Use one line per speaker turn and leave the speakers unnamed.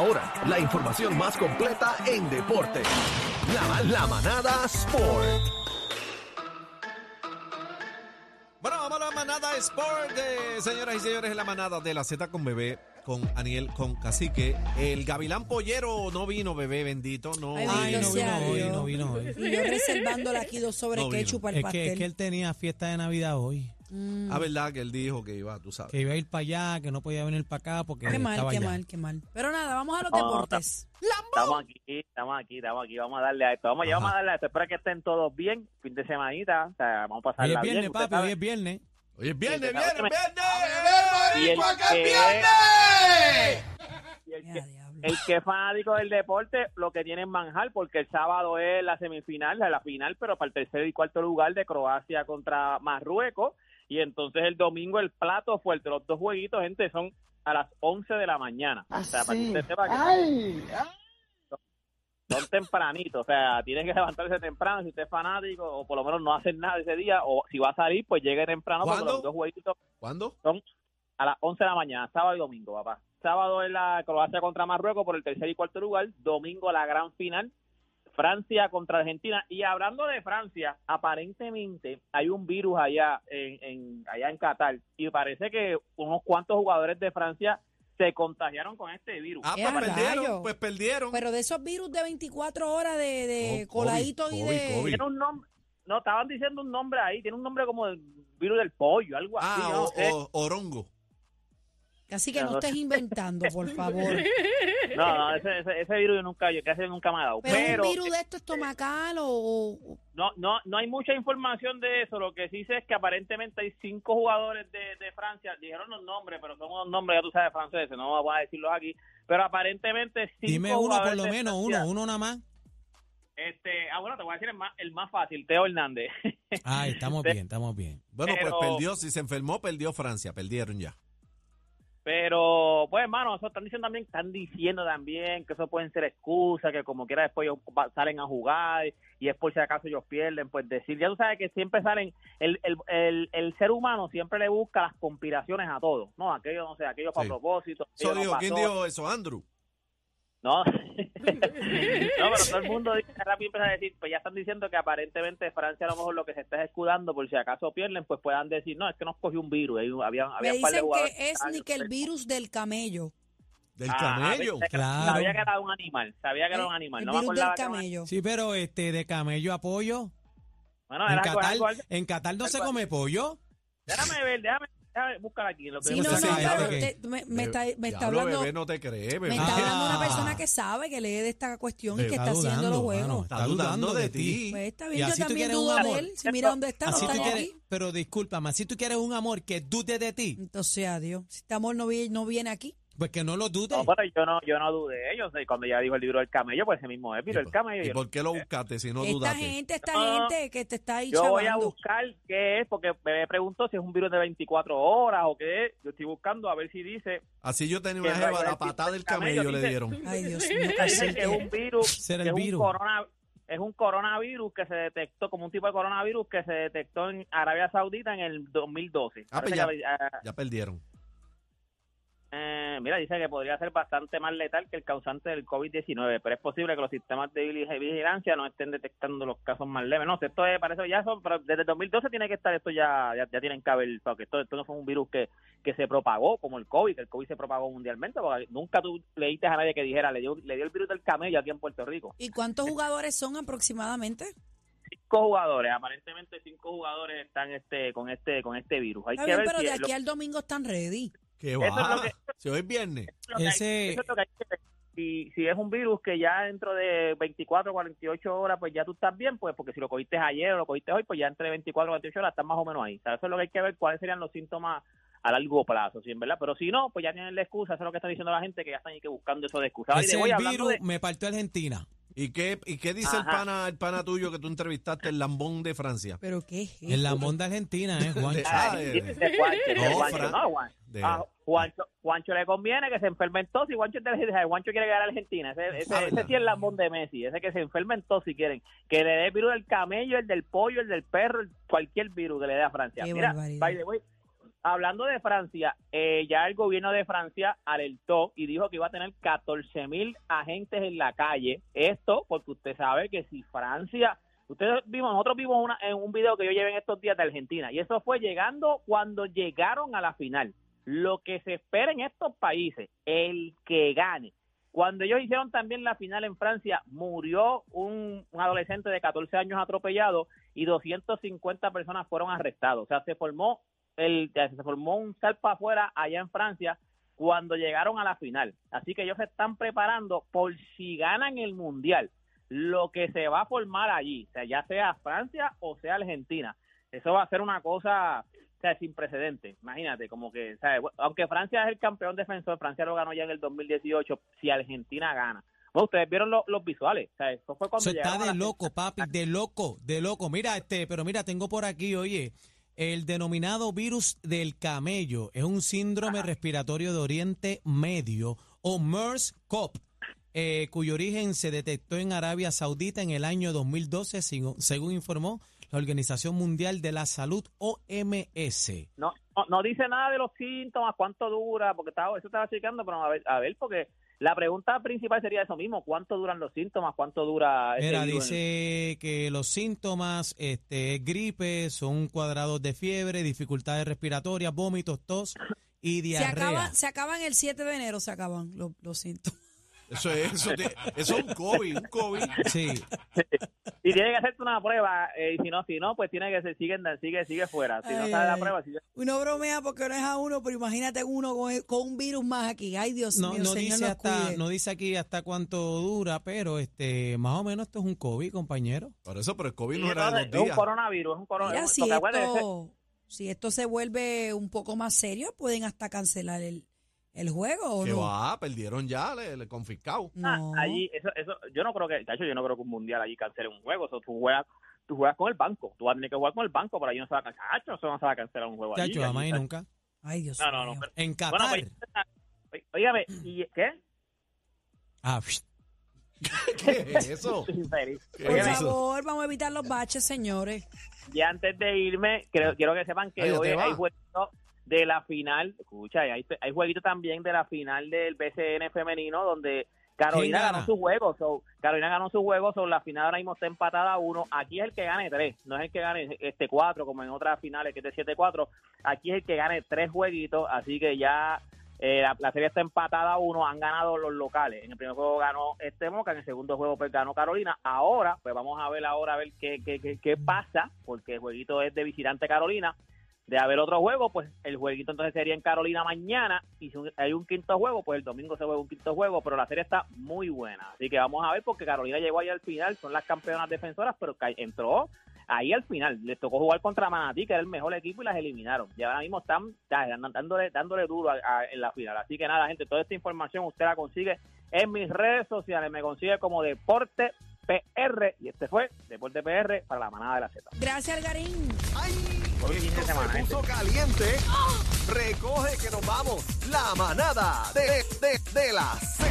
hora, la información más completa en deporte. La, la manada Sport.
Bueno, vamos a la manada Sport, eh, señoras y señores, la manada de la Z con bebé, con Aniel, con Cacique. El Gavilán Pollero no vino, bebé bendito, no.
Ay,
vino.
Ay,
no
sea
vino hoy,
Dios.
no vino hoy.
Y yo reservándole aquí dos sobres
No vino.
ketchup para el
Es que,
pastel.
es que él tenía fiesta de Navidad hoy,
Mm.
Ah, verdad que él dijo que iba, tú sabes.
que iba a ir para allá, que no podía venir para acá porque
Qué mal,
estaba
qué
allá.
mal, qué mal. Pero nada, vamos a los
No,
deportes.
Estamos aquí, estamos aquí, estamos aquí. Vamos a darle a esto. Vamos, ya
Ajá.
vamos a darle a esto. Espero que estén todos bien. Fin de semanita. O sea, vamos a
Hoy
pasarla
es viernes,
bien. usted
papi,
sabe.
hoy es viernes.
Oye, es viernes,
Sí, usted
viernes,
sabe
viernes.
Y el que- Y el
Ya,
que-
diablo.
el que es fanático del deporte, lo que tiene en manjar, porque el sábado es la semifinal, la final, pero para el tercer y cuarto lugar de Croacia contra Marruecos. Y entonces el domingo el plato fuerte, los dos jueguitos, gente, son a las 11 de la mañana. O sea, para que usted sepa que son tempranitos, o sea, tienen que levantarse temprano si usted es fanático, o por lo menos no hacen nada ese día, o si va a salir, pues llegue temprano porque
¿Cuándo?
los dos jueguitos
¿Cuándo?
a las 11 de la mañana, sábado y domingo, papá. Sábado es la Croacia contra Marruecos por el tercer y cuarto lugar, domingo la gran final, Francia contra Argentina. Y hablando de Francia, aparentemente hay un virus allá en, en- allá en Qatar y parece que unos cuantos jugadores de Francia se contagiaron con este virus.
Ah,
Eh,
pues
a
perdieron,
rayos.
pues perdieron.
Pero de esos virus de 24 horas de, de
Oh, COVID,
coladitos y
COVID,
de...
COVID.
Tiene un nombre, no, estaban diciendo un nombre ahí, tiene un nombre como el virus del pollo, algo así.
Ah,
yo no
oh,
o-
sé.
o- orongo.
Así que no estés inventando, por favor.
No, no, ese, ese- ese virus yo nunca, yo casi nunca me ha dado.
Pero,
Pero,
un virus de esto estomacal o... o-
No, no, no hay mucha información de eso. Lo que sí sé es que aparentemente hay cinco jugadores de, de Francia. Dijeron los nombres, pero son unos nombres, ya tú sabes, franceses. No voy a decirlos aquí. Pero aparentemente cinco
Dime uno por
jugadores
lo
de
menos,
Francia.
uno, uno nada más.
Este, ah, bueno, te voy a decir el más, el más fácil, Teo Hernández.
Ay, estamos bien, estamos bien.
Bueno,
Pero-
pues perdió, si se enfermó, perdió Francia, perdieron ya.
Pero, pues, hermano, eso están diciendo también, están diciendo también que eso pueden ser excusas, que como quiera después ellos va- salen a jugar y es por si acaso ellos pierden, pues decir, ya tú sabes que siempre salen, el, el, el, el ser humano siempre le busca las conspiraciones a todo, no, aquello, no sé, aquello para
Sí.
propósito,
Eso
aquello no
dijo, ¿Quién
pasó.
dijo eso? Andrew.
No. no, pero todo el mundo dice, rápido empieza a decir, pues ya están diciendo que aparentemente Francia a lo mejor lo que se está es escudando por si acaso pierden, pues puedan decir, no, es que nos cogió un virus, y había,
Me
había un par de
dicen
jugadores
que es
estaban
ni que el virus del camello.
Del
Ah,
camello.
viste,
Claro.
Sabía que era un animal, sabía que era un animal.
Eh, El
No me
virus del
acordaba que era un
camello.
Sí, pero este de camello a pollo.
Bueno,
en,
era algo,
Qatar,
algo, algo.
en Qatar no se
algo-
come pollo.
Déjame ver, déjame, déjame buscar aquí. Lo que
Sí,
Pero
no,
eso
no,
sí,
pero
¿de
te- me, me está, me está
Diablo,
hablando...
bebé, no te crees, bebé.
Me está hablando
Ah.
una persona que sabe, que lee de esta cuestión y
Bebé.
que está haciendo los juegos.
mano,
Está dudando de ti.
Pues está
Y
bien, yo
así tú
también
quieres un
dudo de
amor.
él. Si mira dónde está, no
Así
está
tú
ni
quieres,
aquí.
pero discúlpame, así tú quieres un amor que dude de ti,
Entonces, adiós. Si este amor no viene, no viene aquí.
pues que no lo dudes.
No, pero yo no, yo no dudé. Yo sé, cuando ya dijo el libro del camello, pues ese mismo es,
¿Y
pero el
por-
camello.
¿Y
yo-
por qué lo buscaste si no
esta
dudaste?
gente, esta
No, no,
gente que te está ahí
Ah, Yo voy a
chavando.
buscar qué es, porque me preguntó si es un virus de 24 horas o qué es. Yo estoy buscando a ver si dice.
Así yo tenía
Que
una
en
jeva,
realidad
la patada del
el camello
camello le
dice-
dieron.
Ay, Dios mío,
dice
cacique.
que es un virus.
Ser
que
el
es un
virus.
corona- es un coronavirus que se detectó, como un tipo de coronavirus que se detectó en Arabia Saudita en el 2012.
Ah, pues
Parece
ya.
que, ah,
Ya perdieron.
Eh, mira, dice que podría ser bastante más letal que el causante del COVID-19, pero es posible que los sistemas de vigil- vigilancia no estén detectando los casos más leves. No, sé, esto es, parece ya son, pero desde el 2012 tiene que estar, esto ya, ya, ya tienen que haber, porque esto, esto no fue un virus que, que se propagó como el COVID, que el COVID se propagó mundialmente, porque nunca tú leíste a nadie que dijera, le dio, le dio el virus del camello aquí en Puerto Rico.
¿Y cuántos jugadores son aproximadamente?
Cinco jugadores, aparentemente cinco jugadores están este con este con este virus. Hay
Está
que
bien,
ver
pero
si
de
es lo-
aquí al domingo están ready.
¿Qué
Eso es
va?
lo que-
Si hoy es viernes.
lo que hay-
Ese-
eso es lo que hay que ver. si, si es un virus que ya dentro de 24, 48 horas, pues ya tú estás bien, pues porque si lo cogiste ayer o lo cogiste hoy, pues ya entre 24 y 48 horas estás más o menos ahí. O sea, eso es lo que hay que ver, cuáles serían los síntomas a largo plazo, ¿sí? en ¿verdad? Pero si no, pues ya tienen la excusa, eso es lo que está diciendo la gente, que ya están ahí que buscando eso de excusa. Oye,
Ese
voy
el
hablando
virus
de...
me partió Argentina.
¿Y qué, y qué dice el
Ajá.
pana, el pana tuyo que tú entrevistaste, el lambón de Francia?
¿Pero qué es
En la monda argentina, ¿eh, Juan?
De-
Ay,
Ah, de-
de- de Juancho, de
No,
Juancho,
Fran-
no, Juan-
de-
Ah, Juancho, Juancho le conviene que se enferme en tos y Juancho, es de la- Juancho quiere ganar a Argentina. Ese, ese,
Ah,
ese
verdad.
sí es el lambón de Messi. Ese que se enferme en tos si quieren. Que le dé el virus del camello, el del pollo, el del perro, el- cualquier virus que le dé a Francia.
Qué
Mira,
barbaridad.
by the way, Hablando de Francia, eh, ya el gobierno de Francia alertó y dijo que iba a tener 14 mil agentes en la calle. Esto porque usted sabe que si Francia, ustedes vimos, nosotros vimos una, en un video que yo llevé en estos días de Argentina y eso fue llegando cuando llegaron a la final. Lo que se espera en estos países, el que gane. Cuando ellos hicieron también la final en Francia, murió un, un adolescente de 14 años atropellado y 250 personas fueron arrestados. O sea, se formó el, se formó un salpa afuera allá en Francia cuando llegaron a la final. Así que ellos se están preparando por si ganan el Mundial, lo que se va a formar allí, o sea, ya sea Francia o sea Argentina. Eso va a ser una cosa o sea, sin precedente. Imagínate, como que, ¿sabes? Bueno, aunque Francia es el campeón defensor, Francia lo ganó ya en el 2018, si Argentina gana. Bueno, ustedes vieron lo- los visuales, o sea, eso fue cuando
Eso está
llegaron a
de
la-
loco, papi, de loco, de loco. Mira, este, pero mira, tengo por aquí, oye, el denominado virus del camello es un síndrome respiratorio de Oriente Medio o MERS-CoV, eh, cuyo origen se detectó en Arabia Saudita en el año 2012, sigo- según informó la Organización Mundial de la Salud, OMS.
No, no, no dice nada de los síntomas, cuánto dura, porque estaba, eso estaba chequeando, pero a ver, a ver, porque la pregunta principal sería eso mismo, cuánto duran los síntomas, cuánto dura... este
Mira,
virus en-
dice que los síntomas, este, gripe, son cuadrados de fiebre, dificultades respiratorias, vómitos, tos y
Se,
diarrea.
acaba, se acaban el 7 de enero, se acaban los, los síntomas.
Eso es, eso, te- eso es un COVID, un COVID.
Sí,
Y tiene que hacerte una prueba, eh, y si no, si no, pues tiene que se siguen, sigue, sigue fuera. Si no
Ay,
sale la
ay.
prueba, sigue...
Uno bromea porque no es a uno, pero imagínate uno con, con un virus más aquí. Ay, Dios
no,
mío,
no
señor,
dice
nos
hasta,
cuide.
no dice aquí hasta cuánto dura, pero este, más o menos esto es un COVID, compañero.
Por eso, pero el COVID
Y
no era de
entonces,
dos
es un
días.
coronavirus, es un
Mira,
coronavirus.
si
eh, Lo que acuérdese-
esto, si esto se vuelve un poco más serio, pueden hasta cancelar el, el juego o
Que
no.
va, perdieron ya, le, le confiscado.
Ah,
No.
allí, eso, eso, yo no creo que, de hecho, yo no creo que un mundial allí cancele un juego. Eso, tú juegas, tú juegas con el banco, tú vas a tener que jugar con el banco, pero allí no se va a cancelar, Chacho, eso no se va a cancelar un juego.
Ya,
allí,
yo
allí,
jamás y
¿sabes?
nunca.
Ay, Dios
no, no, no,
mío.
pero-
En
bueno,
Qatar.
pues, oígame, ¿y qué?
Ah, psh,
¿Qué es eso?
Infeliz.
¿Qué
Por
es eso?
favor, vamos a evitar los baches, señores.
Y antes de irme, creo, quiero que sepan que
Ay, ya
hoy
te va.
hay jueguito de la final, escucha, hay, hay jueguito también de la final del BCN femenino donde Carolina
¿Quién gana?
ganó su juego, so, Carolina ganó su juego, so, la final ahora mismo está empatada a uno, aquí es el que gane tres, no es el que gane este cuatro como en otras finales que es de 7-4, aquí es el que gane tres jueguitos, así que ya eh, la, la serie está empatada a uno, han ganado los locales. En el primer juego ganó este Moca, en el segundo juego pues, ganó Carolina. Ahora, pues vamos a ver ahora a ver qué, qué, qué, qué pasa, porque el jueguito es de visitante Carolina. De haber otro juego, pues el jueguito entonces sería en Carolina mañana. Y si un- hay un quinto juego, pues el domingo se juega un quinto juego. Pero la serie está muy buena. Así que vamos a ver, porque Carolina llegó ahí al final. Son las campeonas defensoras, pero ca- entró ahí al final. Les tocó jugar contra Manatí, que era el mejor equipo, y las eliminaron. Y ahora mismo están, da- dándole, dándole duro a- a- en la final. Así que nada, gente, toda esta información usted la consigue en mis redes sociales. Me consigue como Deporte PR. Y este fue Deporte PR para la manada de la Z.
Gracias, Algarín.
¡Ay!
Por un fin de
Esto
semana,
se
gente.
puso caliente. Recoge que nos vamos. La manada de, de, de la Z.